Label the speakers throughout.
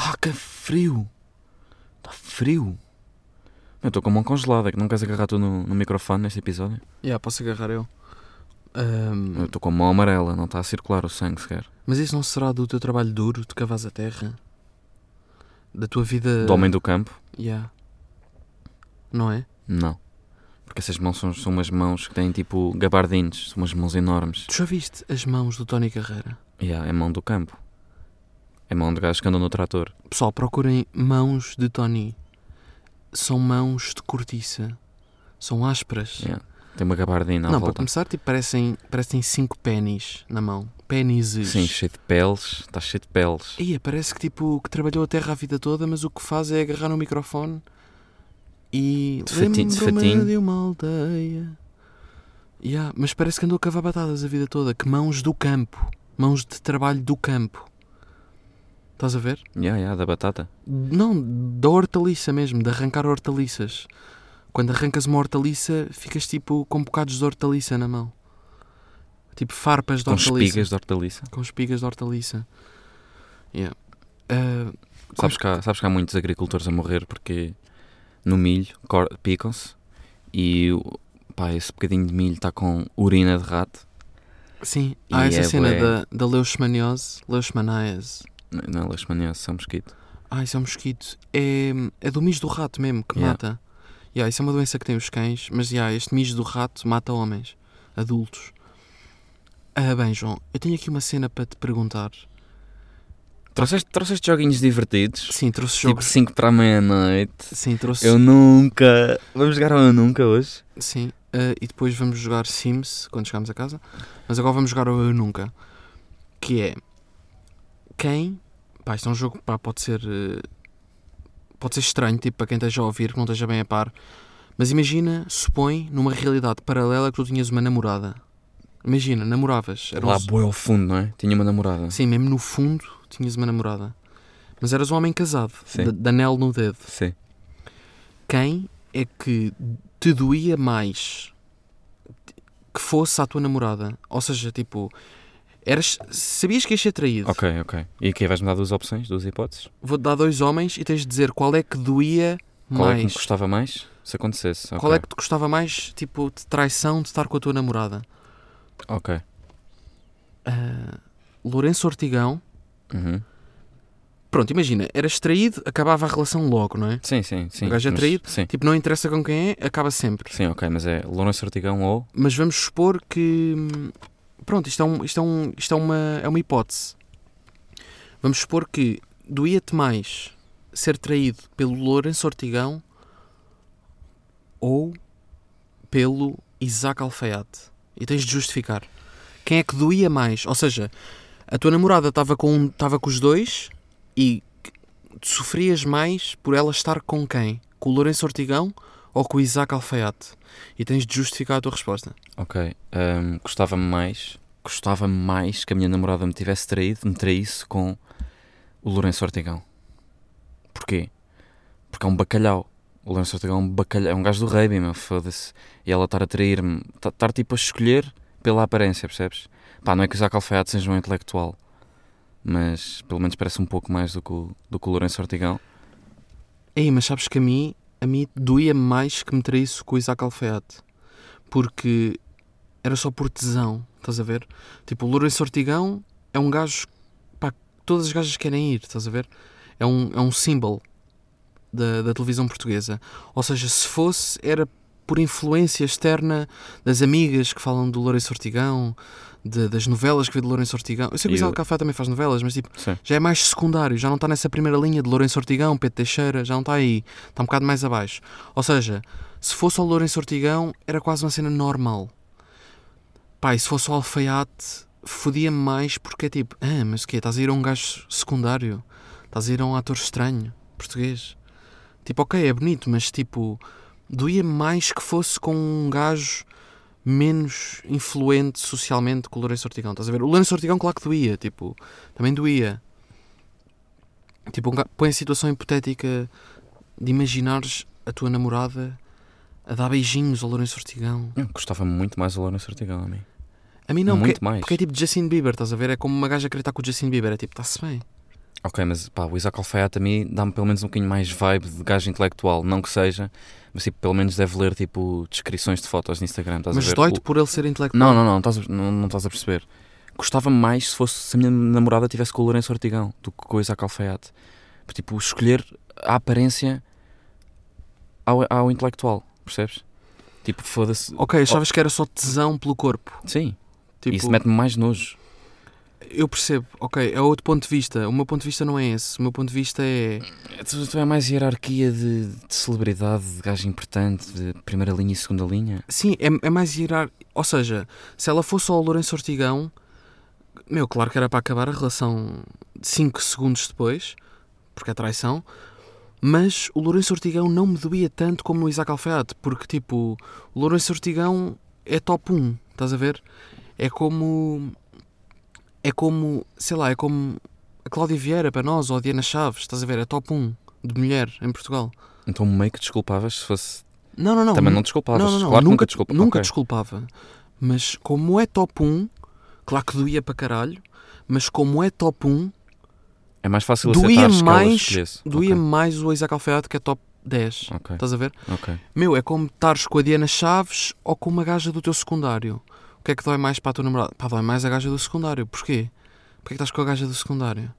Speaker 1: Ah,
Speaker 2: frio. Está frio.
Speaker 1: Tá Eu estou com a mão congelada, é que não queres agarrar tu no, no microfone neste episódio?
Speaker 2: Yeah, posso agarrar eu. Ahm,
Speaker 1: Eu estou com a mão amarela, não está a circular o sangue sequer.
Speaker 2: mas isso não será do teu trabalho duro, de cavares a terra? Da tua vida.
Speaker 1: Do homem do campo?
Speaker 2: Yeah. Não é?
Speaker 1: Não. Porque essas mãos são, são umas mãos que têm tipo gabardines, são umas mãos enormes.
Speaker 2: Tu já viste as mãos do Tony Carreira?
Speaker 1: Yeah, é mão do campo. É mão de gajo que anda no trator.
Speaker 2: Pessoal, procurem mãos de Tony. São mãos de cortiça. São ásperas.
Speaker 1: Yeah. Tem uma gabardina à
Speaker 2: não, para
Speaker 1: volta.
Speaker 2: começar, tipo, parecem, parecem cinco pênis na mão. Pênises.
Speaker 1: Sim, cheio de peles, está cheio de peles.
Speaker 2: Ia, parece que tipo que trabalhou a terra a vida toda, mas o que faz é agarrar no microfone e
Speaker 1: De fati- de
Speaker 2: lembro-me
Speaker 1: fatinho.
Speaker 2: de uma aldeia. Ya, mas parece que andou a cavar batatas a vida toda, que mãos do campo, mãos de trabalho do campo. Estás a ver?
Speaker 1: Yeah, yeah, da batata.
Speaker 2: Não, da hortaliça mesmo, de arrancar hortaliças. Quando arrancas uma hortaliça, ficas tipo com bocados de hortaliça na mão. Tipo farpas de
Speaker 1: Com
Speaker 2: hortaliça.
Speaker 1: espigas de hortaliça.
Speaker 2: Com espigas de hortaliça. Yeah. Ah,
Speaker 1: Sabes que, há, sabes que há muitos agricultores a morrer porque no milho cor- picam-se e o- pá, esse bocadinho de milho está com urina de rato.
Speaker 2: sim,
Speaker 1: E
Speaker 2: há essa
Speaker 1: é
Speaker 2: cena
Speaker 1: bué.
Speaker 2: da, da leishmaniose. Leishmaniase.
Speaker 1: N- Não é leishmaniose, são mosquito.
Speaker 2: Ah, isso é um mosquito. É, é do mijo do rato mesmo que
Speaker 1: Yeah.
Speaker 2: mata. Yeah, isso é uma doença que tem os cães, mas yeah, este mijo do rato mata homens, adultos. Ah, bem, João, eu tenho aqui uma cena para te perguntar.
Speaker 1: Trouxeste, trouxeste joguinhos divertidos?
Speaker 2: Sim, trouxe
Speaker 1: Tipo
Speaker 2: jogos.
Speaker 1: 5 para a meia-noite.
Speaker 2: Sim, trouxe.
Speaker 1: Eu nunca. Vamos jogar ao Eu Nunca hoje?
Speaker 2: Sim, eh, e depois vamos jogar Sims quando chegarmos a casa. Mas agora vamos jogar o Eu Nunca. Que é quem. Pá, isto é um jogo pá, pode ser. eh, pode ser estranho, tipo, para quem esteja a ouvir, que não esteja bem a par. Mas imagina, supõe, numa realidade paralela que tu tinhas uma namorada. Imagina, namoravas. eras-
Speaker 1: Lá boi ao fundo, não é? Tinha uma namorada.
Speaker 2: um Sim, mesmo no fundo tinhas uma namorada. Mas eras um homem casado,
Speaker 1: Sim.
Speaker 2: de, de anel no dedo
Speaker 1: Sim.
Speaker 2: quem é que te doía mais que fosse a tua namorada? Ou seja, tipo, eras, sabias que ias ser traído.
Speaker 1: Ok, ok. E aqui vais-me dar duas opções, duas hipóteses?
Speaker 2: Vou-te dar dois homens e tens de dizer qual é que doía
Speaker 1: Qual é que me
Speaker 2: mais.
Speaker 1: gostava mais se acontecesse? Ok.
Speaker 2: Qual é que te gostava mais, tipo, de traição de estar com a tua namorada?
Speaker 1: Ok.
Speaker 2: Ah, Lourenço Ortigão.
Speaker 1: Uhum.
Speaker 2: Pronto, imagina, eras traído, acabava a relação logo, não é?
Speaker 1: Sim, sim, sim.
Speaker 2: O gajo é
Speaker 1: mas-
Speaker 2: traído?
Speaker 1: Sim.
Speaker 2: Tipo, não interessa com quem é, acaba sempre.
Speaker 1: Sim, ok, mas é Lourenço Ortigão ou
Speaker 2: Mas vamos supor que. hum, Pronto, isto é, um, isto é, um, isto é, uma, é uma hipótese. Vamos supor que doía-te mais ser traído pelo Lourenço Ortigão ou pelo Isaac Alfaiate. E tens de justificar. Quem é que doía mais? Ou seja, a tua namorada estava com, um- estava com os dois e tu sofrias mais por ela estar com quem? Com o Lourenço Ortigão ou com o Isaac Alfaiate? E tens de justificar a tua resposta.
Speaker 1: Ok. hum, gostava-me mais. Gostava-me mais que a minha namorada me tivesse traído, me traísse com o Lourenço Ortigão. Porquê? Porque é um bacalhau. O Lourenço Ortigão é um bacalhau. É um gajo do rugby, meu, foda-se. E ela estar a trair-me. ta- Estar tipo a escolher pela aparência, percebes? Pá, não é que o Isaac Alfaiate seja um intelectual. Mas pelo menos parece um pouco mais do que o, do que o Lourenço Ortigão.
Speaker 2: Ei, mas sabes que a mim, a mim doía mais que me traísse com o Isaac Alfaiate. Porque era só por tesão, estás a ver? Tipo, o Lourenço Ortigão é um gajo, pá, que todas as gajas querem ir, estás a ver? É um, é um símbolo da, da televisão portuguesa. Ou seja, se fosse, era por influência externa das amigas que falam do Lourenço Ortigão, de- das novelas que vê de Lourenço Ortigão. Eu sei que
Speaker 1: E
Speaker 2: o Isaac
Speaker 1: o-
Speaker 2: Alfaiate também faz novelas, mas tipo,
Speaker 1: Sim.
Speaker 2: já é mais secundário, já não está nessa primeira linha de Lourenço Ortigão, Pedro Teixeira, já não está aí, está um bocado mais abaixo. Ou seja, se fosse o Lourenço Ortigão, era quase uma cena normal. Pá, e se fosse o Alfaiate, fodia-me mais porque é tipo, ah, mas o quê? Estás a ir a um gajo secundário? Estás a ir a um ator estranho, português? Tipo, ok, é bonito, mas tipo, doía-me mais que fosse com um gajo menos influente socialmente que o Lourenço Ortigão, estás a ver? O Lourenço Ortigão, claro que doía, tipo, também doía. Tipo, um ga- põe a situação hipotética de imaginares a tua namorada a dar beijinhos ao Lourenço Ortigão.
Speaker 1: Eu Gostava-me muito mais o Lourenço Ortigão a mim.
Speaker 2: A mim não,
Speaker 1: muito
Speaker 2: porque,
Speaker 1: mais.
Speaker 2: porque é tipo Justin Bieber, estás a ver? É como uma gaja querer estar com o Justin Bieber, é tipo, está-se bem.
Speaker 1: Ok, mas pá, o Isaac Alfaiate a mim dá-me pelo menos um bocadinho mais vibe de gajo intelectual, não que seja, mas tipo, pelo menos deve ler tipo descrições de fotos no Instagram, estás a
Speaker 2: Mas
Speaker 1: ver?
Speaker 2: dói-te
Speaker 1: O-
Speaker 2: por ele ser intelectual.
Speaker 1: Não, não, não, estás a- não, não estás a perceber. Gostava mais se fosse se a minha namorada tivesse com o Lourenço Ortigão do que com o Isaac Alfaiate. Porque, tipo, escolher a aparência ao, ao intelectual, percebes? Tipo, foda-se.
Speaker 2: Ok, achavas que era só tesão pelo corpo.
Speaker 1: Sim,
Speaker 2: Tipo,
Speaker 1: isso mete-me mais nojo.
Speaker 2: eu percebo. Ok, é outro ponto de vista. O meu ponto de vista não é esse. O meu ponto de vista é.
Speaker 1: Tu, tu é mais hierarquia de, de celebridade, de gajo importante, de primeira linha e segunda linha.
Speaker 2: Sim, é, é mais hierar. Ou seja, se ela fosse ao Lourenço Ortigão, meu, claro que era para acabar a relação 5 segundos depois, porque é traição. Mas o Lourenço Ortigão não me doía tanto como o Isaac Alfaiate, porque tipo, o Lourenço Ortigão é top 1, estás a ver? É como. É como. Sei lá, é como a Cláudia Vieira para nós, ou a Diana Chaves, estás a ver? É top 1 de mulher em Portugal.
Speaker 1: Então meio que desculpavas se fosse.
Speaker 2: Não, não, não.
Speaker 1: Também não desculpavas.
Speaker 2: Não, não, não.
Speaker 1: Claro que
Speaker 2: nunca,
Speaker 1: nunca desculpa.
Speaker 2: nunca
Speaker 1: Ok.
Speaker 2: desculpava. Mas como é top 1, claro que doía para caralho, mas como é top 1,
Speaker 1: É mais fácil
Speaker 2: Doía
Speaker 1: aceitares que ela
Speaker 2: mais-
Speaker 1: escolhesse.
Speaker 2: doía mais o Isaac Alfaiate que é top 10.
Speaker 1: Ok, ok,
Speaker 2: Estás a ver?
Speaker 1: ok.
Speaker 2: Meu, é como estares com a Diana Chaves ou com uma gaja do teu secundário. O que é que dói mais para a tua namorada? Pá, dói mais a gaja do secundário. Porquê? Porquê é que estás com a gaja do secundário?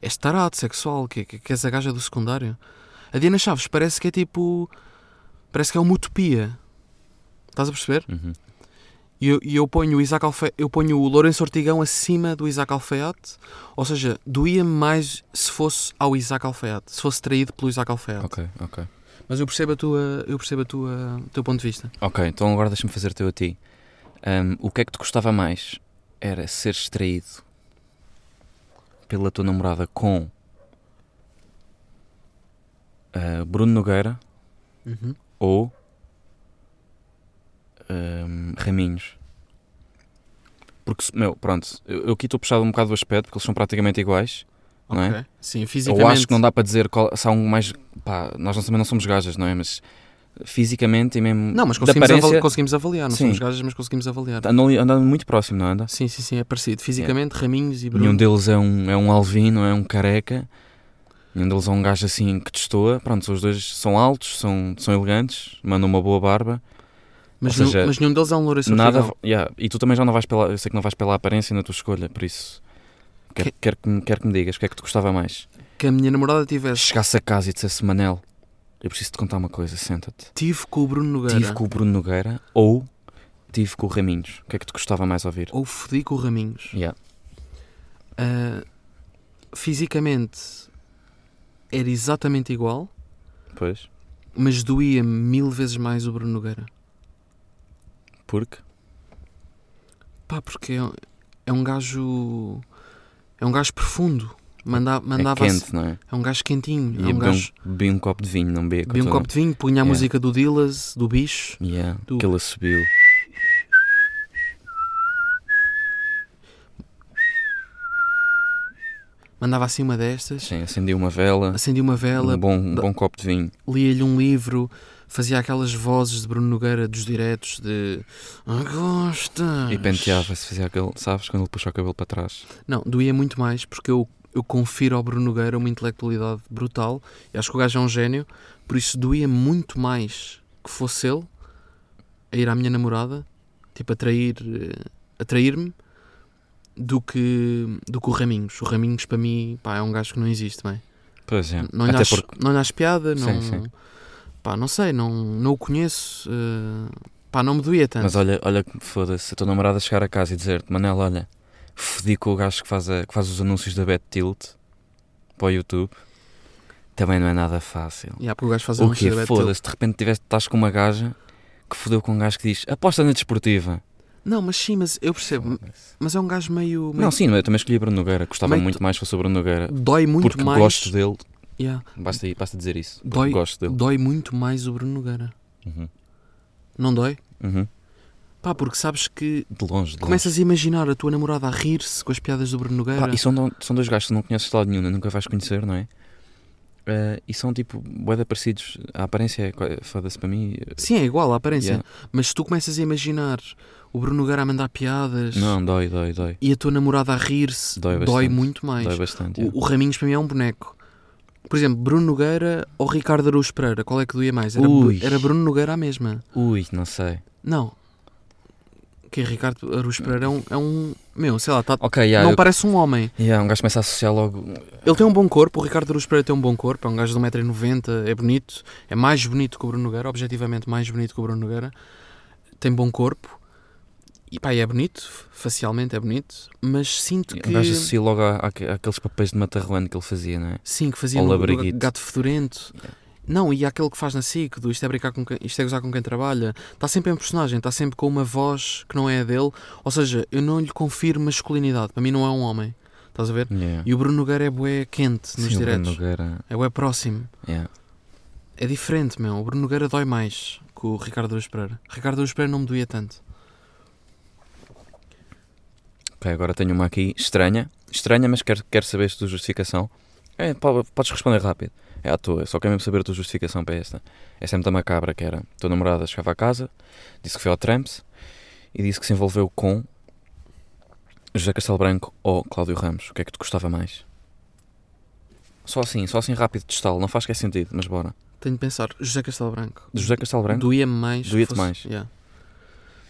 Speaker 2: És tarado, sexual, que, que, que és a gaja do secundário? A Diana Chaves parece que é tipo... Parece que é uma utopia. Estás a perceber?
Speaker 1: Uhum.
Speaker 2: E eu, e eu ponho o Isaac Alfe... eu ponho o Lourenço Ortigão acima do Isaac Alfaiate, ou seja, doía-me mais se fosse ao Isaac Alfaiate, se fosse traído pelo Isaac Alfaiate.
Speaker 1: Ok, ok.
Speaker 2: Mas eu percebo a tua, eu percebo a tua, o teu ponto de vista.
Speaker 1: Ok, então agora deixa-me fazer teu a ti. Ahm, o que é que te gostava mais? Era ser extraído pela tua namorada com ah, Bruno Nogueira
Speaker 2: Uhum.
Speaker 1: ou ahm, Raminhos? Porque, se- meu, pronto, eu, eu aqui estou puxado um bocado do aspecto porque eles são praticamente iguais. Não é?
Speaker 2: Ok. Sim, fisicamente.
Speaker 1: Eu acho que não dá para dizer qual, se há um mais. Pá, nós não- também não somos gajas, não é? Mas fisicamente e mesmo.
Speaker 2: Não, mas
Speaker 1: da
Speaker 2: conseguimos,
Speaker 1: aparência,
Speaker 2: avali- conseguimos avaliar, não
Speaker 1: Sim.
Speaker 2: somos gajas, mas conseguimos avaliar.
Speaker 1: Andam, ali- andam muito próximo, não anda?
Speaker 2: Sim, sim, sim, é parecido. Fisicamente, Raminhos e Bruno.
Speaker 1: Nenhum deles é um, é um alvino, é um careca. Nenhum deles é um gajo assim que destoa. Pronto, os dois são altos, são, são elegantes, mandam uma boa barba.
Speaker 2: mas,
Speaker 1: ou seja,
Speaker 2: nenhum, mas nenhum deles é um Lourenço
Speaker 1: Nada.
Speaker 2: Ortigão.
Speaker 1: yeah, E tu também já não vais pela. Eu sei que não vais pela aparência na tua escolha, por isso. Quer
Speaker 2: Que-
Speaker 1: que... Quer, que, me- quer que me digas, o que é que te gostava mais?
Speaker 2: Que a minha namorada tivesse.
Speaker 1: Chegasse a casa e dissesse Manel, eu preciso te contar uma coisa, senta-te.
Speaker 2: Tive com o Bruno Nogueira.
Speaker 1: Tive com o Bruno Nogueira ou tive com o Raminhos. O que é que te gostava mais ouvir?
Speaker 2: Ou fodi com o Raminhos.
Speaker 1: Yeah.
Speaker 2: Ah, fisicamente era exatamente igual,
Speaker 1: Pois.
Speaker 2: mas doía mil vezes mais o Bruno Nogueira.
Speaker 1: Porque?
Speaker 2: Pá, porque é, é um gajo. É um gajo profundo. Manda, mandava
Speaker 1: é quente, não é?
Speaker 2: é um gajo quentinho.
Speaker 1: E eu
Speaker 2: é um
Speaker 1: bebi um-
Speaker 2: gajo.
Speaker 1: bebi um copo de vinho, não bebia com
Speaker 2: Bebia um
Speaker 1: toda-
Speaker 2: copo de vinho, punha a
Speaker 1: Yeah.
Speaker 2: música do Dillas, do bicho.
Speaker 1: Yeah,
Speaker 2: Do-
Speaker 1: que ela subiu.
Speaker 2: Mandava assim uma destas.
Speaker 1: Sim, acendi uma vela,
Speaker 2: Acendia uma vela,
Speaker 1: um, bom, um bom copo de vinho.
Speaker 2: lia-lhe um livro, fazia aquelas vozes de Bruno Nogueira dos diretos de. Gosta!
Speaker 1: E penteava-se, fazia aquele, sabes, quando ele puxa o cabelo para trás.
Speaker 2: Não, doía muito mais porque eu, eu confiro ao Bruno Nogueira uma intelectualidade brutal e acho que o gajo é um gênio, por isso doía muito mais que fosse ele a ir à minha namorada, tipo, a trair, eh, a trair-me, do que, do que o Raminhos. O Raminhos, para mim, pá, é um gajo que não existe, bem.
Speaker 1: Pois é,
Speaker 2: Não lhe,
Speaker 1: até
Speaker 2: acho,
Speaker 1: porque
Speaker 2: não lhe acho piada,
Speaker 1: Sim,
Speaker 2: não,
Speaker 1: sim.
Speaker 2: Pá, não sei, não, não o conheço, eh, pá, não me doía tanto.
Speaker 1: Mas olha, olha que foda-se, a tua namorada chegar a casa e dizer-te, Manela, olha, fodi com o gajo que faz, a- que faz os anúncios da Bet Tilt para o YouTube. Também não é nada fácil.
Speaker 2: Yeah, porque o gajo faz um é
Speaker 1: O
Speaker 2: anúncios
Speaker 1: quê?
Speaker 2: da Bad Tilt.
Speaker 1: Foda-se, de repente tiveste, estás com uma gaja que fodeu com um gajo que diz aposta na desportiva.
Speaker 2: Não, mas sim, mas eu percebo.
Speaker 1: Foda-se.
Speaker 2: Mas é um gajo meio. meio
Speaker 1: Não, sim, eu também escolhi Bruno Nogueira. Gostava
Speaker 2: Meio-
Speaker 1: muito mais se fosse o Bruno Nogueira.
Speaker 2: dói muito
Speaker 1: Porque
Speaker 2: mais.
Speaker 1: gosto dele.
Speaker 2: Yeah,
Speaker 1: Basta, basta dizer isso. Porque
Speaker 2: Dói-
Speaker 1: gosto dele.
Speaker 2: dói muito mais o Bruno Nogueira.
Speaker 1: Uhum.
Speaker 2: Não dói?
Speaker 1: Uhum.
Speaker 2: Pá, porque sabes que
Speaker 1: De longe, de
Speaker 2: começas a imaginar a tua namorada a rir-se com as piadas do Bruno
Speaker 1: longe.
Speaker 2: Nogueira.
Speaker 1: Pá, e são, do- são dois gajos que tu não conheces de lado nenhum, nunca vais conhecer, não é? eh, e são tipo boeda parecidos. A aparência é qua- foda-se para mim. eh,
Speaker 2: Sim, é igual a aparência.
Speaker 1: yeah.
Speaker 2: Mas se tu começas a imaginar o Bruno Nogueira a mandar piadas
Speaker 1: Não, dói, dói, dói.
Speaker 2: e a tua namorada a rir-se,
Speaker 1: Dói
Speaker 2: dói,
Speaker 1: bastante.
Speaker 2: muito mais.
Speaker 1: Dói bastante. yeah.
Speaker 2: o, o Raminhos para mim é um boneco. Por exemplo, Bruno Nogueira ou Ricardo Araújo Pereira, qual é que doía mais? Era, Bru-
Speaker 1: Ui.
Speaker 2: era Bruno Nogueira a mesma.
Speaker 1: Ui, não sei.
Speaker 2: Não. Que Ricardo Araújo Pereira é um, é um- Meu, sei lá, tá-
Speaker 1: Ok, yeah,
Speaker 2: não
Speaker 1: eu-
Speaker 2: parece um homem.
Speaker 1: yeah, um gajo começa a associar logo.
Speaker 2: Ele tem um bom corpo, o Ricardo Araújo Pereira tem um bom corpo, é um gajo de 1,90m, é bonito, é mais bonito que o Bruno Nogueira, objetivamente mais bonito que o Bruno Nogueira, tem bom corpo, e pá, e é bonito, facialmente é bonito, mas sinto que...
Speaker 1: Um gajo associa logo à- à- àqueles papéis de matarruano que ele fazia, não é?
Speaker 2: Sim, que fazia
Speaker 1: Ao
Speaker 2: no,
Speaker 1: Labraguito.
Speaker 2: do Gato Fedorento. Não, e há aquele que faz na SIC, do isto é, brincar com quem- isto é gozar com quem trabalha. Está sempre em personagem, está sempre com uma voz que não é a dele. Ou seja, eu não lhe confiro masculinidade. Para mim não é um homem. Estás a ver?
Speaker 1: Yeah.
Speaker 2: E o Bruno Nogueira é bué quente nos
Speaker 1: Sim, o Bruno
Speaker 2: diretos.
Speaker 1: Nogueira,
Speaker 2: É bué próximo.
Speaker 1: yeah.
Speaker 2: É diferente, meu. O Bruno Nogueira dói mais que o Ricardo Aruz Pereira. Ricardo Aruz Pereira não me doía tanto.
Speaker 1: Ok, agora tenho uma aqui estranha. Estranha, mas quero, quero saber se tu justificação. É, po- podes responder rápido. É à toa, só quero mesmo saber a tua justificação para esta. Essa é muito macabra que era. Tua namorada chegava a casa, disse que foi ao Tramps e disse que se envolveu com José Castelo Branco ou Cláudio Ramos. O que é que te gostava mais? Só assim, só assim rápido de estalo. Não faz que é sentido, mas bora.
Speaker 2: Tenho de pensar. José Castelo Branco.
Speaker 1: De José Castelo Branco?
Speaker 2: Doía-me mais. que
Speaker 1: Doía-te
Speaker 2: fosse-
Speaker 1: mais.
Speaker 2: Yeah.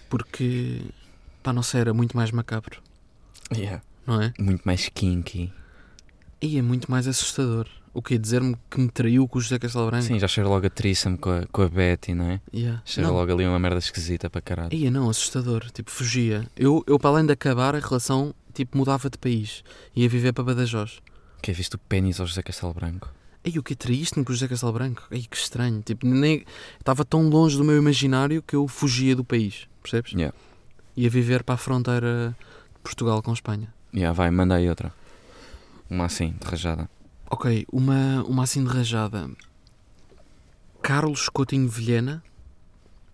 Speaker 2: Porque, pá, não sei, era muito mais macabro,
Speaker 1: Yeah.
Speaker 2: não é?
Speaker 1: Muito mais kinky.
Speaker 2: E é muito mais assustador. O que Dizer-me que me traiu com o José Castelo Branco?
Speaker 1: Sim, já cheira logo a trissam com a, com a Betty, não é?
Speaker 2: Yeah.
Speaker 1: Cheira
Speaker 2: não.
Speaker 1: logo ali uma merda esquisita para caralho.
Speaker 2: Ia, não, assustador. Tipo, fugia. Eu, eu, para além de acabar a relação, tipo, mudava de país. Ia viver para Badajoz.
Speaker 1: Que é visto o pênis ao José Castelo Branco.
Speaker 2: Ei, o que traíste-me com o José Castelo Branco? Ei, que estranho. Tipo, nem... Estava tão longe do meu imaginário que eu fugia do país. Percebes?
Speaker 1: Yeah.
Speaker 2: Ia viver para a fronteira de Portugal com Espanha.
Speaker 1: Yeah, vai, manda aí outra. Uma assim, de rajada.
Speaker 2: Ok, uma, uma assim de rajada. Carlos Coutinho Vilhena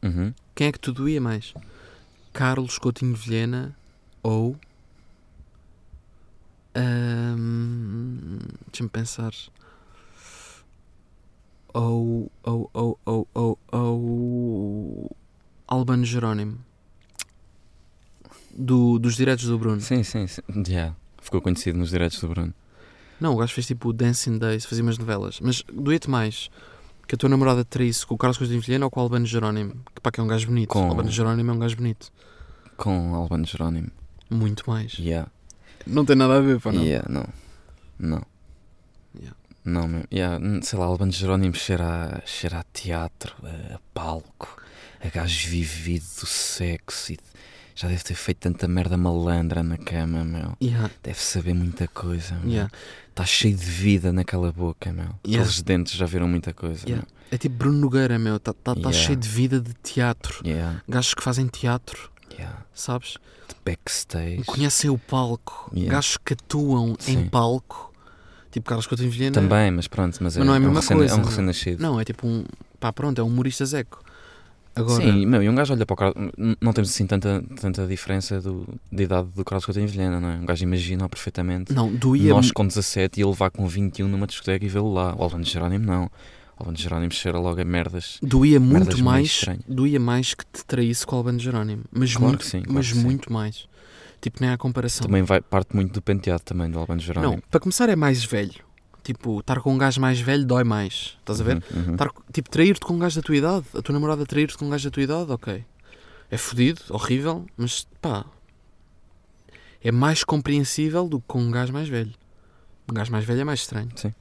Speaker 1: Uhum.
Speaker 2: Quem é que te doía mais? Carlos Coutinho Vilhena ou. ahm, hum, Deixa-me pensar. Ou. Ou. Ou. Ou. Ou. ou Albano Jerónimo. Do, dos diretos do Bruno.
Speaker 1: Sim, sim, sim. Yeah. Ficou conhecido nos direitos do Bruno.
Speaker 2: Não, o gajo fez tipo o Dancing Days, fazia umas novelas. Mas doía-te mais que a tua namorada te traísse com o Carlos Coutinho Vilhena ou com o Albano Jerónimo? Que pá, que é um gajo bonito.
Speaker 1: Com-
Speaker 2: Albano Jerónimo é um gajo bonito.
Speaker 1: Com Albano Jerónimo.
Speaker 2: Muito mais.
Speaker 1: Yeah.
Speaker 2: Não tem nada a ver, pá, não.
Speaker 1: Yeah, não. Não.
Speaker 2: Yeah.
Speaker 1: Não, meu. Yeah, hum, sei lá, Albano Jerónimo cheira a, cheira a teatro, a, a palco, a gajo vivido do sexo e de- já deve ter feito tanta merda malandra na cama, meu.
Speaker 2: Yeah,
Speaker 1: Deve saber muita coisa, meu.
Speaker 2: yeah.
Speaker 1: Está cheio de vida naquela boca, meu.
Speaker 2: Yeah.
Speaker 1: Aqueles dentes já viram muita coisa.
Speaker 2: Yeah. É tipo Bruno Nogueira, meu. Está tá, tá
Speaker 1: Yeah.
Speaker 2: cheio de vida de teatro.
Speaker 1: Meu. Yeah,
Speaker 2: Gajos que fazem teatro,
Speaker 1: yeah.
Speaker 2: sabes?
Speaker 1: De backstage.
Speaker 2: Conhecem o palco.
Speaker 1: Yeah.
Speaker 2: Gajos que atuam
Speaker 1: Sim.
Speaker 2: em palco. Tipo Carlos Coutinho Vilhena.
Speaker 1: Também, mas pronto, mas, é,
Speaker 2: Mas não é a
Speaker 1: um
Speaker 2: mesma
Speaker 1: recena-
Speaker 2: coisa,
Speaker 1: é um
Speaker 2: não é?
Speaker 1: recém-nascido.
Speaker 2: Não, é tipo um... Pá, pronto, é um humorista zeco. Agora...
Speaker 1: Sim, meu, e um gajo olha para o Carlos. n- Não temos assim tanta, tanta diferença do, de idade do Carlos Coutinho Vilhena, não é? Um gajo imagina perfeitamente.
Speaker 2: Não, doía...
Speaker 1: Nós com 17 e ele vá com 21 numa discoteca e vê-lo lá. O Albano Jerónimo não. O Albano Jerónimo cheira logo a merdas.
Speaker 2: Doía
Speaker 1: Merdas
Speaker 2: muito
Speaker 1: meio
Speaker 2: mais,
Speaker 1: estranhas.
Speaker 2: doía mais que te traísse com o Albano Jerónimo. Mas
Speaker 1: Claro
Speaker 2: muito,
Speaker 1: que sim, claro
Speaker 2: mas
Speaker 1: que sim.
Speaker 2: muito mais. Tipo, nem há comparação.
Speaker 1: Também vai, parte muito do penteado também do Albano Jerónimo.
Speaker 2: Não, para começar é mais velho. Tipo, estar com um gajo mais velho dói mais. Estás a ver?
Speaker 1: Uhum, uhum.
Speaker 2: Tar- tipo, trair-te com um gajo da tua idade, a tua namorada trair-te com um gajo da tua idade, ok. É fodido, horrível, mas pá. É mais compreensível do que com um gajo mais velho. Um gajo mais velho é mais estranho.
Speaker 1: Sim.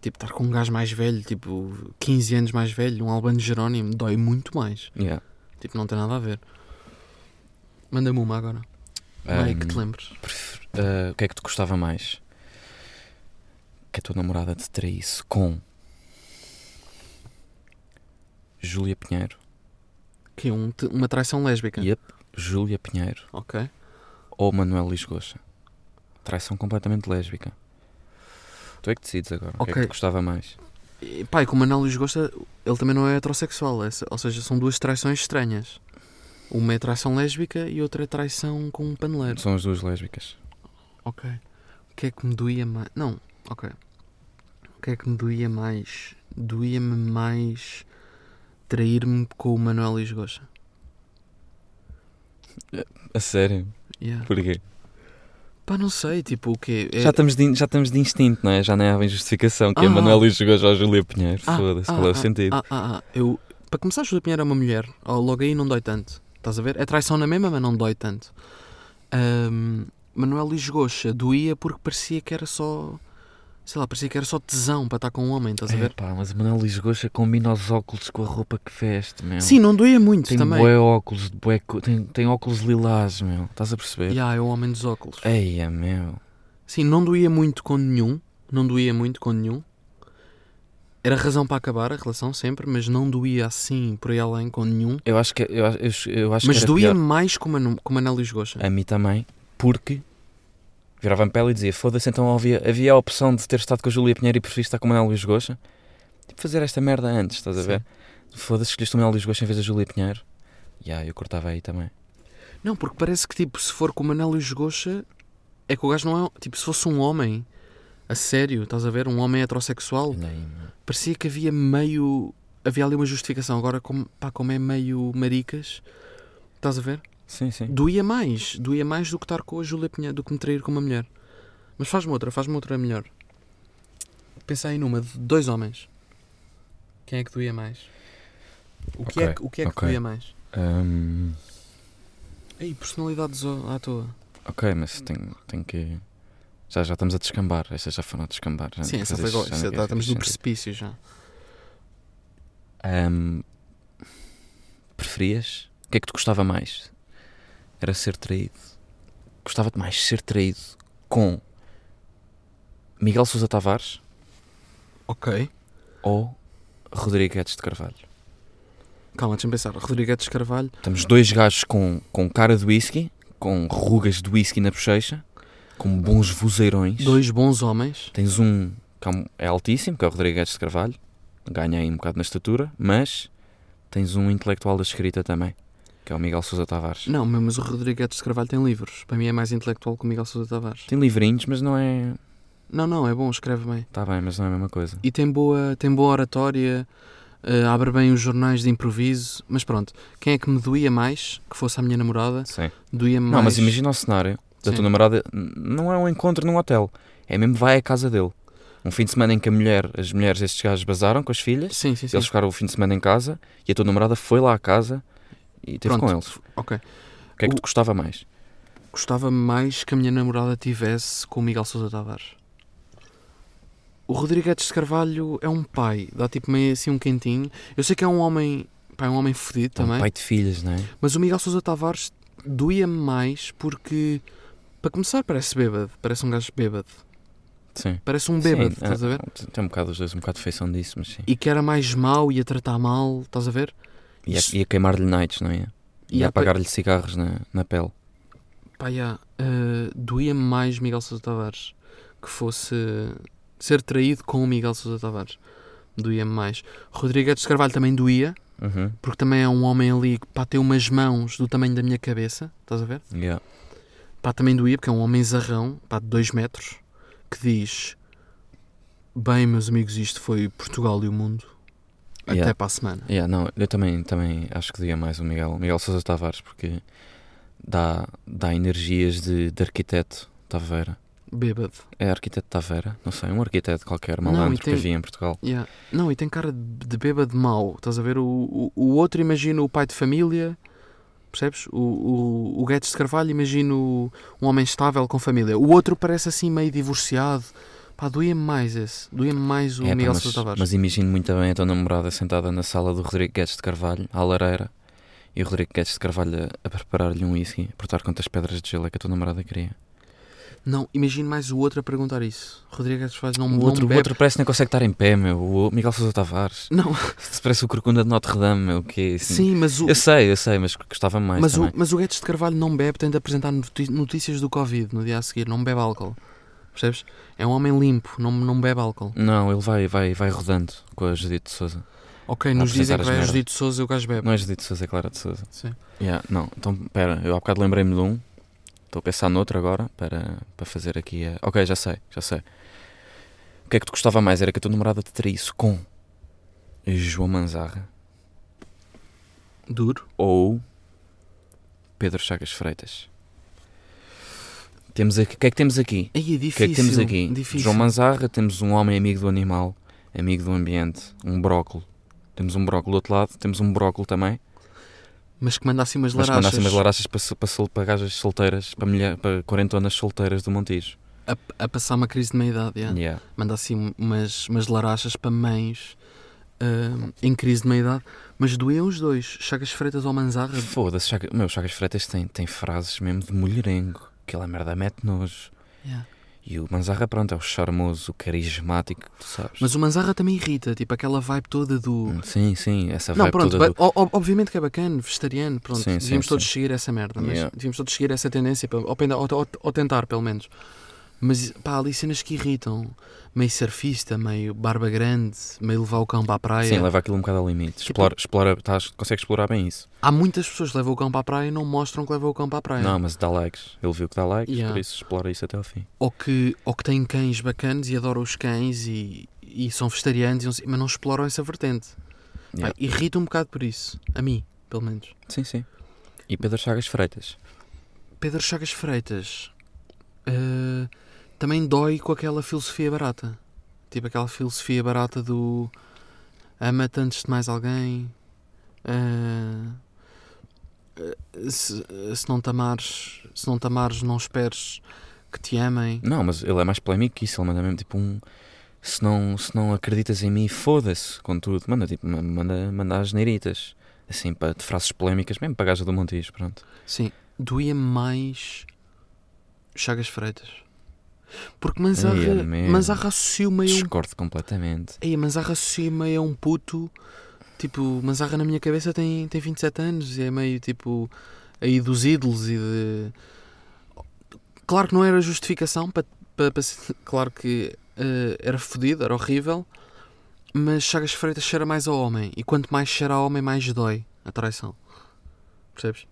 Speaker 2: Tipo, estar com um gajo mais velho, tipo, 15 anos mais velho, um Albano Jerónimo, dói muito mais.
Speaker 1: Yeah.
Speaker 2: Tipo, não tem nada a ver. Manda-me uma agora. Vai, que
Speaker 1: Um,
Speaker 2: te lembres.
Speaker 1: prefer- ah, o que é que te gostava mais? Que a tua namorada te traísse com Júlia Pinheiro.
Speaker 2: Que é um te- uma traição lésbica.
Speaker 1: Yep. Júlia Pinheiro
Speaker 2: Ok.
Speaker 1: ou Manuel Lisgocha. Traição completamente lésbica. Tu é que decides agora. O que é
Speaker 2: Ok.
Speaker 1: que te gostava mais?
Speaker 2: E, pá, e como o Manuel Luís gosta, ele também não é heterossexual, é- ou seja, são duas traições estranhas. Uma é traição lésbica e outra é traição com um paneleiro.
Speaker 1: São as duas lésbicas.
Speaker 2: Ok. O que é que me doía mais? Não, ok. O que é que me doía mais? Doía-me mais trair-me com o Manuel Lisgocha.
Speaker 1: A sério?
Speaker 2: Yeah.
Speaker 1: Porquê?
Speaker 2: Pá, não sei, tipo, o quê? É-
Speaker 1: Já, estamos de, in- já estamos de instinto, não é? Já nem há bem justificação. Que é
Speaker 2: Ah.
Speaker 1: Manuel Luís jogou já ao Júlia Pinheiro. Foda-se, qual é o
Speaker 2: ah,
Speaker 1: sentido?
Speaker 2: Ah, ah, ah. Eu, para começar, Júlia Pinheiro é uma mulher. Oh, logo aí não dói tanto. Estás a ver? É traição na mesma, mas não dói tanto. Ahm, Manuel Lisgocha doía porque parecia que era só. Sei lá, parecia que era só tesão para estar com um homem, estás a
Speaker 1: É,
Speaker 2: ver?
Speaker 1: pá, mas o Manuel Luís Goxa combina os óculos com a roupa que veste, meu.
Speaker 2: Sim, não doía muito
Speaker 1: é. tem
Speaker 2: também.
Speaker 1: bué óculos, de bué co- tem, tem óculos lilás, meu. Estás a perceber?
Speaker 2: Yeah, é o homem dos óculos.
Speaker 1: Eia, meu.
Speaker 2: Sim, não doía muito com nenhum. Não doía muito com nenhum. Era razão para acabar a relação sempre, mas não doía assim por aí além com nenhum.
Speaker 1: Eu acho que, eu, acho- eu, eu acho
Speaker 2: mas
Speaker 1: que era
Speaker 2: doía
Speaker 1: pior.
Speaker 2: mais com o Manu- com o Manuel Lisgocha.
Speaker 1: A mim também, porque virava-me pele e dizia: Foda-se, então havia, havia a opção de ter estado com a Júlia Pinheiro e preferir estar com o Manuel Luís Goxa. Tipo, fazer esta merda antes, estás a
Speaker 2: Sim.
Speaker 1: ver? Foda-se, escolheste o Manuel Luís Goxa em vez da Júlia Pinheiro. E aí eu cortava aí também.
Speaker 2: Não, porque parece que, tipo, se for com o Manel e os Goxa, é que o gajo não é. Tipo, se fosse um homem, a sério, estás a ver? Um homem heterossexual,
Speaker 1: Olha aí, meu.
Speaker 2: parecia que havia meio. Havia ali uma justificação. Agora, como, pá, como é meio maricas, estás a ver?
Speaker 1: Sim, sim.
Speaker 2: Doía mais. Doía mais do que estar com a Júlia Pinheiro, do que me trair com uma mulher. Mas faz-me outra, faz-me outra melhor. Pensa aí numa de dois homens. Quem é que doía mais? O que é
Speaker 1: Ok,
Speaker 2: que, o que, é que
Speaker 1: ok.
Speaker 2: doía mais?
Speaker 1: Hum,
Speaker 2: Aí, personalidades ao- à toa.
Speaker 1: ok, mas tenho, tenho que. Já, já estamos a descambar. Estas já foram a descambar. Já
Speaker 2: Sim,
Speaker 1: não-
Speaker 2: essa
Speaker 1: mas
Speaker 2: foi
Speaker 1: isto
Speaker 2: agora.
Speaker 1: já não
Speaker 2: Isso,
Speaker 1: quer
Speaker 2: tá- Estamos no
Speaker 1: sentido.
Speaker 2: precipício já.
Speaker 1: Ahm, preferias? O que é que te gostava mais? Era ser traído. Gostava-te mais ser traído com Miguel Sousa Tavares
Speaker 2: Ok.
Speaker 1: ou Rodrigo Guedes de Carvalho?
Speaker 2: Calma, deixa-me pensar. Rodrigues Carvalho.
Speaker 1: Estamos dois gajos com, com cara de whisky, com rugas de whisky na bochecha, com bons vozeirões.
Speaker 2: Dois bons homens.
Speaker 1: Tens um que é um- é altíssimo, que é o Rodrigo Guedes de Carvalho. Ganha aí um bocado na estatura, mas tens um intelectual da escrita também, que é o Miguel Sousa Tavares.
Speaker 2: Não, mas o Rodrigues Carvalho tem livros. Para mim é mais intelectual que o Miguel Sousa Tavares.
Speaker 1: Tem livrinhos, mas não é.
Speaker 2: Não, não, é bom, escreve bem.
Speaker 1: Está bem, mas não é a mesma coisa.
Speaker 2: E tem boa, tem boa oratória, eh, abre bem os jornais de improviso. Mas pronto, quem é que me doía mais que fosse a minha namorada?
Speaker 1: Sim.
Speaker 2: Doía-me mais.
Speaker 1: Não, mas imagina o cenário da
Speaker 2: Sim.
Speaker 1: tua namorada. n- Não é um encontro num hotel. É mesmo vai à casa dele. Um fim de semana em que a mulher, as mulheres, estes gajos basaram com as filhas.
Speaker 2: Sim, sim, sim.
Speaker 1: Eles ficaram o fim de semana em casa e a tua namorada foi lá à casa e esteve
Speaker 2: Pronto.
Speaker 1: com eles.
Speaker 2: Ok.
Speaker 1: O que é que
Speaker 2: O-
Speaker 1: te gostava mais?
Speaker 2: Gostava mais que a minha namorada tivesse com o Miguel Sousa Tavares. O Rodrigues de Carvalho é um pai, dá tipo meio assim um quentinho. Eu sei que é um homem, pá, é um homem fodido
Speaker 1: Um
Speaker 2: também,
Speaker 1: pai de filhas, não é?
Speaker 2: mas o Miguel Sousa Tavares doía-me mais porque, para começar, parece bêbado, parece um gajo bêbado,
Speaker 1: Sim.
Speaker 2: parece um bêbado,
Speaker 1: Sim,
Speaker 2: estás a ver?
Speaker 1: ah, Tem um bocado os dois, um bocado de feição disso, mas sim.
Speaker 2: E que era mais mau, ia tratar mal, estás a ver?
Speaker 1: E
Speaker 2: Isso-
Speaker 1: a, e a queimar-lhe nights, não é? E, a
Speaker 2: a pa-
Speaker 1: apagar-lhe cigarros na, na pele.
Speaker 2: Pá, yeah, eh, doía-me mais Miguel Sousa Tavares que fosse ser traído com o Miguel Sousa Tavares. Doía-me mais. Rodrigues de Carvalho também doía,
Speaker 1: Uhum.
Speaker 2: porque também é um homem ali que pá, tem umas mãos do tamanho da minha cabeça, estás a ver?
Speaker 1: Yeah.
Speaker 2: Pá, também doía, porque é um homem zarrão, pá, de 2 metros, que diz: Bem, meus amigos, isto foi Portugal e o mundo. Até
Speaker 1: Yeah.
Speaker 2: para a semana.
Speaker 1: Yeah, não, eu também, também acho que doía mais o Miguel, Miguel Sousa Tavares, porque dá, dá energias de, de arquiteto Taveira.
Speaker 2: Bêbado.
Speaker 1: É arquiteto Taveira? Não sei, um arquiteto qualquer,
Speaker 2: Não, e
Speaker 1: malandro
Speaker 2: tem-
Speaker 1: que havia em Portugal.
Speaker 2: Yeah. Não, e tem cara de de bêbado mau. Estás a ver? O, o, o outro imagina o pai de família, percebes? O, o, o Guedes de Carvalho imagina o- um homem estável com família. O outro parece assim meio divorciado. Pá, doía-me mais esse. Doía-me mais o
Speaker 1: É, pá,
Speaker 2: Miguel
Speaker 1: mas,
Speaker 2: Sousa Tavares.
Speaker 1: mas imagino muito bem a tua namorada sentada na sala do Rodrigo Guedes de Carvalho, à lareira, e o Rodrigo Guedes de Carvalho a, a preparar-lhe um whisky, a portar quantas pedras de gelo é que a tua namorada queria.
Speaker 2: Não, imagino mais o outro a perguntar isso. Rodrigo Guedes de Carvalho não,
Speaker 1: O
Speaker 2: não
Speaker 1: outro, o
Speaker 2: bebe.
Speaker 1: outro parece que nem consegue estar em pé, meu. O Miguel Sousa Tavares.
Speaker 2: Não,
Speaker 1: Se parece o Corcunda de Notre Dame, meu. Que é isso?
Speaker 2: sim, mas o,
Speaker 1: Eu sei, eu sei, mas gostava é mais
Speaker 2: mas, o,
Speaker 1: também.
Speaker 2: mas o Guedes de Carvalho não bebe, tem de apresentar noti- notícias do Covid no dia a seguir. Não bebe álcool. Percebes? É um homem limpo, não, não bebe álcool.
Speaker 1: Não, ele vai, vai, vai rodando com a Judite de Souza.
Speaker 2: Ok,
Speaker 1: A
Speaker 2: nos
Speaker 1: apresentar
Speaker 2: dizem que
Speaker 1: as
Speaker 2: vai a
Speaker 1: merdas.
Speaker 2: Judite Souza e o gajo bebe.
Speaker 1: Não é Judite de Souza, é Clara de Souza.
Speaker 2: Sim.
Speaker 1: Yeah, não, então pera, eu há bocado lembrei-me de um. Estou a pensar noutro agora para, para fazer aqui a. Ok, já sei, já sei. O que é que te gostava mais? Era que a tua namorada te traísse com a João Manzarra
Speaker 2: Duro.
Speaker 1: ou Pedro Chagas Freitas? Temos aqui, o que é que temos aqui?
Speaker 2: Aí é
Speaker 1: O que é
Speaker 2: difícil.
Speaker 1: que temos aqui?
Speaker 2: Difícil.
Speaker 1: João Manzarra, temos um homem amigo do animal, amigo do ambiente, um brócolo. Temos um brócolo do outro lado, temos um brócolo também.
Speaker 2: Mas que manda assim umas
Speaker 1: Mas que mandassem umas
Speaker 2: larachas
Speaker 1: larachas para, sol- para, sol- para gajas solteiras, para, mulher, para quarentonas solteiras do Montijo.
Speaker 2: a, a passar uma crise de meia-idade. yeah.
Speaker 1: Yeah.
Speaker 2: Manda assim umas, umas larachas para mães ah, em crise de meia-idade. Mas doeu os dois. Chagas Freitas ou Manzarra.
Speaker 1: Foda-se, Chagas- meu, Chagas Freitas tem, tem frases mesmo de mulherengo. Aquela merda mete nojo.
Speaker 2: Yeah.
Speaker 1: E o Manzarra, pronto, é o charmoso, o carismático, tu sabes.
Speaker 2: Mas o Manzarra também irrita. Tipo aquela vibe toda do...
Speaker 1: Hum, Sim, sim, essa
Speaker 2: Não,
Speaker 1: vibe
Speaker 2: pronto,
Speaker 1: toda
Speaker 2: ba- o- o- obviamente que é bacana, vegetariano, pronto,
Speaker 1: Sim, sim,
Speaker 2: devíamos
Speaker 1: sim.
Speaker 2: todos seguir essa merda, mas
Speaker 1: Yeah.
Speaker 2: devíamos todos seguir essa tendência, pelo- ou, pena- ou- ou- ou tentar, pelo menos. Mas pá, há ali cenas que irritam, meio surfista, meio barba grande, meio levar o cão para a
Speaker 1: do...
Speaker 2: praia.
Speaker 1: Sim, leva aquilo um bocado ao limite.
Speaker 2: Ah, é. Tipo-
Speaker 1: Explora, explora, estás- consegue explorar bem isso.
Speaker 2: Há muitas pessoas que levam o cão para a praia e não mostram que levam o cão para a praia.
Speaker 1: Não, mas dá likes. Ele viu que dá likes,
Speaker 2: Ah, é? Yeah.
Speaker 1: por isso explora isso até ao fim.
Speaker 2: Ou, que, ou que têm cães bacanas e adoram os cães e, e são vegetarianos, e não sei- mas não exploram essa vertente. Pá,
Speaker 1: Yeah.
Speaker 2: irrita um bocado por isso, a mim, pelo menos.
Speaker 1: Sim, sim. E Pedro Chagas Freitas.
Speaker 2: Pedro Chagas Freitas eh, também dói com aquela filosofia barata. Tipo aquela filosofia barata do ama-te antes de mais alguém. eh, eh, se, se não te amares, se não te amares, não esperes que te amem.
Speaker 1: Não, mas ele é mais polémico que isso. Ele manda mesmo tipo um. Se não, se não acreditas em mim, foda-se com tudo. Manda tipo, ma- manda, manda as neiritas. Assim, para, de frases polémicas, mesmo para a gaja do Montijo, pronto.
Speaker 2: Sim, doía mais Chagas Freitas. Porque Manzarra,
Speaker 1: Ia mesmo.
Speaker 2: Manzarra associa meio a um
Speaker 1: Discordo completamente.
Speaker 2: Ei, mas associa meio a um puto. Tipo, Manzarra na minha cabeça tem, tem 27 anos e é meio tipo. aí dos ídolos e de. Claro que não era justificação para. para, para se- claro que eh, era fodido, era horrível. Mas Chagas Freitas cheira mais a homem e quanto mais cheira a homem, mais dói a traição. Percebes?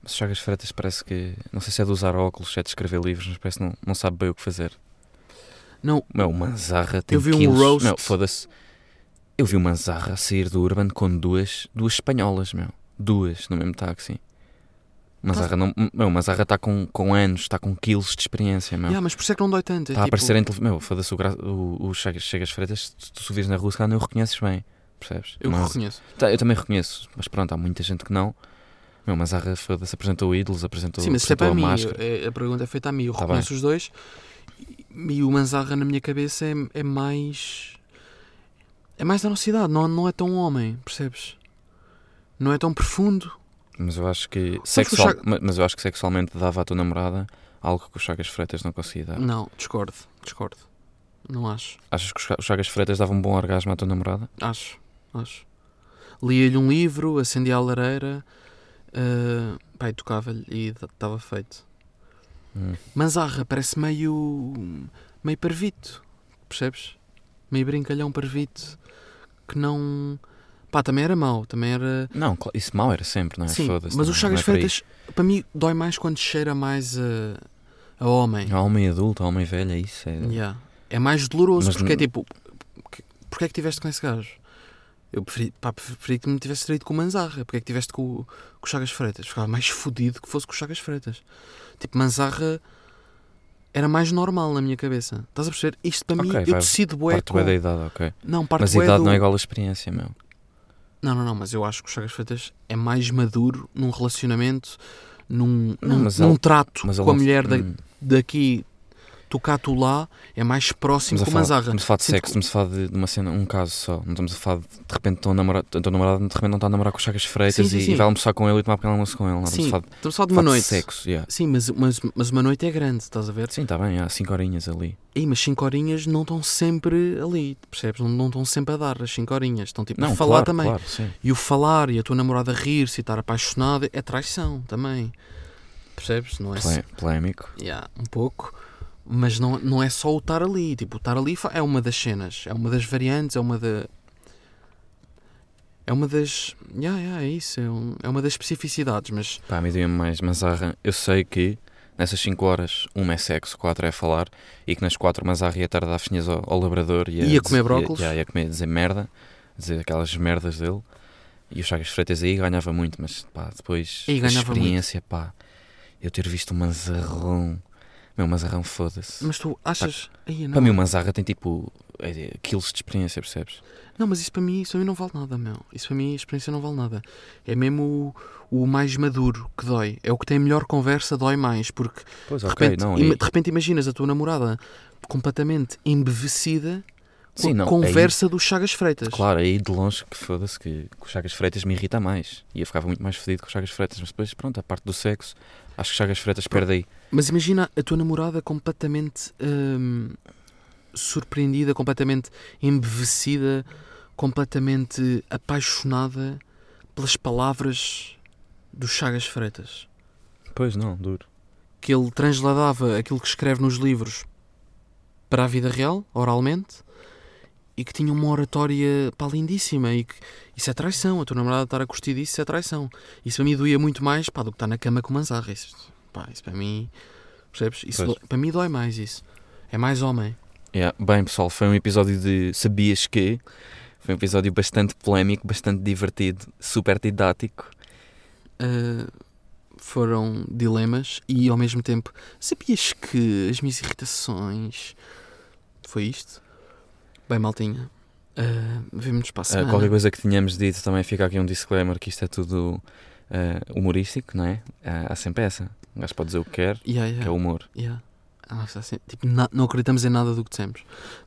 Speaker 1: Mas Chagas Freitas parece que. Não sei se é de usar óculos, se é de escrever livros, mas parece que não, não sabe bem o que fazer.
Speaker 2: Não.
Speaker 1: Meu, Manzarra tem
Speaker 2: Eu vi um
Speaker 1: quilos.
Speaker 2: roast.
Speaker 1: Meu, foda-se. Eu vi o Manzarra a sair do Urban com duas, duas espanholas, meu. Duas no mesmo táxi. Manzarra não. Meu, Manzarra está com, com anos, está com quilos de experiência, meu.
Speaker 2: Yeah, mas por isso é que não dói tanto. É
Speaker 1: Está Tá a
Speaker 2: tipo,
Speaker 1: aparecer em televisão. Meu, foda-se, o, gra... o, o Chegas, Chegas Freitas, se tu, tu vires na rua, se calhar não o reconheces bem. Percebes?
Speaker 2: Eu
Speaker 1: Mas-
Speaker 2: reconheço.
Speaker 1: Tá, eu também reconheço, mas pronto, há muita gente que não. Meu, Manzarra, foda-se, apresentou ídolos, apresentou,
Speaker 2: Sim, mas isso é
Speaker 1: apresentou
Speaker 2: para mim.
Speaker 1: a máscara.
Speaker 2: é- a pergunta é feita a mim. Eu
Speaker 1: Tá
Speaker 2: reconheço os dois. E e o Manzarra, na minha cabeça, é, é mais. É mais da nossa idade. Não, não é tão homem, percebes? Não é tão profundo.
Speaker 1: Mas eu acho que
Speaker 2: Sabes que o
Speaker 1: sexual,
Speaker 2: Chagas-
Speaker 1: ma- mas eu acho que sexualmente dava à tua namorada algo que o Chagas Freitas não conseguia dar.
Speaker 2: Não, discordo. Discordo. Não acho.
Speaker 1: Achas que o Cha- o Chagas Freitas dava um bom orgasmo à tua namorada?
Speaker 2: Acho. Acho. Lia-lhe um livro, acendia a lareira. ah, pai, tocava-lhe e estava feito.
Speaker 1: Hum.
Speaker 2: Manzarra parece meio. meio parvito, percebes? Meio brincalhão parvito que não. pá, também era mau, também era.
Speaker 1: Não, cla- isso mal era sempre, não é?
Speaker 2: Sim,
Speaker 1: Foda-se,
Speaker 2: mas
Speaker 1: não-
Speaker 2: o
Speaker 1: não
Speaker 2: Chagas
Speaker 1: é por aí.
Speaker 2: Freitas, para mim, dói mais quando cheira mais a, a homem.
Speaker 1: Há homem adulto, há homem velho, é isso. É...
Speaker 2: Yeah. É mais doloroso,
Speaker 1: Mas
Speaker 2: porque é
Speaker 1: não-
Speaker 2: tipo. porque- Porquê é que tiveste com esse gajo? Eu preferi, pá, preferi que me tivesse traído com o Manzarra. Porquê é que tiveste com, o- com o Chagas Freitas? Ficava mais fodido que fosse com o Chagas Freitas. Tipo, Manzarra era mais normal na minha cabeça. Estás a perceber? Isto para
Speaker 1: Ok,
Speaker 2: mim, eu
Speaker 1: vai-
Speaker 2: decido bué
Speaker 1: Parte
Speaker 2: com...
Speaker 1: bué da idade, ok.
Speaker 2: Não, parte
Speaker 1: mas a
Speaker 2: bué
Speaker 1: idade
Speaker 2: do-
Speaker 1: não é igual à experiência, meu.
Speaker 2: Não, não, não, mas eu acho que o Chagas Freitas é mais maduro num relacionamento, num,
Speaker 1: Não,
Speaker 2: num,
Speaker 1: mas
Speaker 2: num
Speaker 1: ele-
Speaker 2: trato
Speaker 1: Mas ele
Speaker 2: com a
Speaker 1: não-
Speaker 2: mulher da-
Speaker 1: Hum,
Speaker 2: daqui, tu cá, tu lá, é mais próximo
Speaker 1: estamos, a
Speaker 2: que o
Speaker 1: falar,
Speaker 2: Manzarra.
Speaker 1: estamos a falar de
Speaker 2: Sinto
Speaker 1: sexo, estamos a falar de, de uma cena, um caso só. Não estamos a falar de, de repente estão a namorar, a tua namorada de repente não está a namorar com o Chagas Freitas
Speaker 2: Sim, sim,
Speaker 1: e, e
Speaker 2: sim.
Speaker 1: vai almoçar com ele e tomar pequeno almoço com ele. Não estamos
Speaker 2: Sim,
Speaker 1: a falar de,
Speaker 2: estamos a falar de
Speaker 1: falar
Speaker 2: uma
Speaker 1: de
Speaker 2: noite.
Speaker 1: sexo, yeah.
Speaker 2: Sim, mas, mas, mas uma noite é grande, estás a ver?
Speaker 1: Sim, está bem, há cinco horinhas ali.
Speaker 2: Ei, mas 5 horinhas não estão sempre ali, percebes? Não, não estão sempre a dar as 5 horinhas, estão tipo
Speaker 1: Não,
Speaker 2: a falar
Speaker 1: claro,
Speaker 2: também.
Speaker 1: Claro, sim.
Speaker 2: E o falar e a tua namorada rir-se e estar apaixonada é traição também, percebes? Não é
Speaker 1: Plé- Polémico.
Speaker 2: Yeah, um pouco. Mas não, não é só o estar ali. Tipo, o estar ali fa- é uma das cenas, é uma das variantes, é uma da. É uma das. Yeah, yeah, é isso. É, um- é uma das especificidades, mas.
Speaker 1: Pá, me deu mais Manzarra. Eu sei que Nessas 5 horas, uma é sexo, 4 é falar, e que nas 4 mas a Rita dar finhas ao, ao labrador e
Speaker 2: E a comer
Speaker 1: dizer-
Speaker 2: brócolos?
Speaker 1: E a, e a comer, dizer merda, dizer aquelas merdas dele. E o Chagas Freitas aí ganhava muito, mas pá, depois
Speaker 2: Aí
Speaker 1: a
Speaker 2: ganhava muito.
Speaker 1: experiência, pá, eu ter visto o Manzarrão, meu Manzarrão foda-se.
Speaker 2: Mas tu achas. Ai,
Speaker 1: Tá. Para
Speaker 2: não.
Speaker 1: mim, o Manzarra tem tipo é, é, quilos de experiência, percebes?
Speaker 2: não, mas isso para mim, isso para mim não vale nada, meu. Isso para mim a experiência não vale nada. É mesmo o, o mais maduro que dói. É o que tem melhor conversa, dói mais. Porque
Speaker 1: Pois,
Speaker 2: de, repente, ima- de repente imaginas a tua namorada completamente embevecida com
Speaker 1: Sim,
Speaker 2: a
Speaker 1: não, aí-
Speaker 2: conversa dos Chagas Freitas.
Speaker 1: Claro, aí de longe que foda-se que, que o Chagas Freitas me irrita mais. E eu ficava muito mais fedido com o Chagas Freitas. Mas depois, pronto, a parte do sexo, acho que Chagas Freitas perde aí.
Speaker 2: Mas imagina a tua namorada completamente hum, surpreendida, completamente embevecida, completamente apaixonada pelas palavras do Chagas Freitas.
Speaker 1: Pois não, duro.
Speaker 2: Que ele transladava aquilo que escreve nos livros para a vida real, oralmente, e que tinha uma oratória pá, lindíssima. E que, isso é traição, a tua namorada estar a curtir disso isso é traição. Isso para mim doía muito mais pá, do que estar na cama com manzarra. Isso, pá, isso para mim, percebes? Isso
Speaker 1: Pois.
Speaker 2: dói- para mim dói mais isso. É mais homem.
Speaker 1: Yeah. Bem, pessoal, foi um episódio de Sabias Que? Foi um episódio bastante polémico, bastante divertido, super didático.
Speaker 2: Ah, foram dilemas e ao mesmo tempo, sabias que as minhas irritações. Foi isto? Bem, maltinha. Ah, Vemo-nos para a
Speaker 1: Ah,
Speaker 2: semana.
Speaker 1: qualquer coisa que tínhamos dito, também fica aqui um disclaimer que isto é tudo ah, humorístico, não é? Ah, há sempre essa. Um gajo pode dizer o que quer,
Speaker 2: Yeah,
Speaker 1: que é
Speaker 2: yeah,
Speaker 1: humor.
Speaker 2: yeah. Ah, está assim, tipo, na- não acreditamos em nada do que dissemos.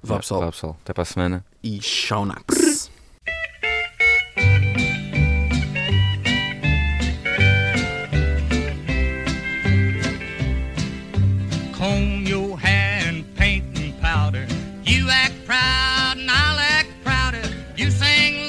Speaker 2: Vá,
Speaker 1: Yeah,
Speaker 2: pessoal.
Speaker 1: Vá, pessoal. Até para a semana.
Speaker 2: E tchau, Nax.
Speaker 3: comb your hair and paint and powder. You act proud and I'll act prouder. You sing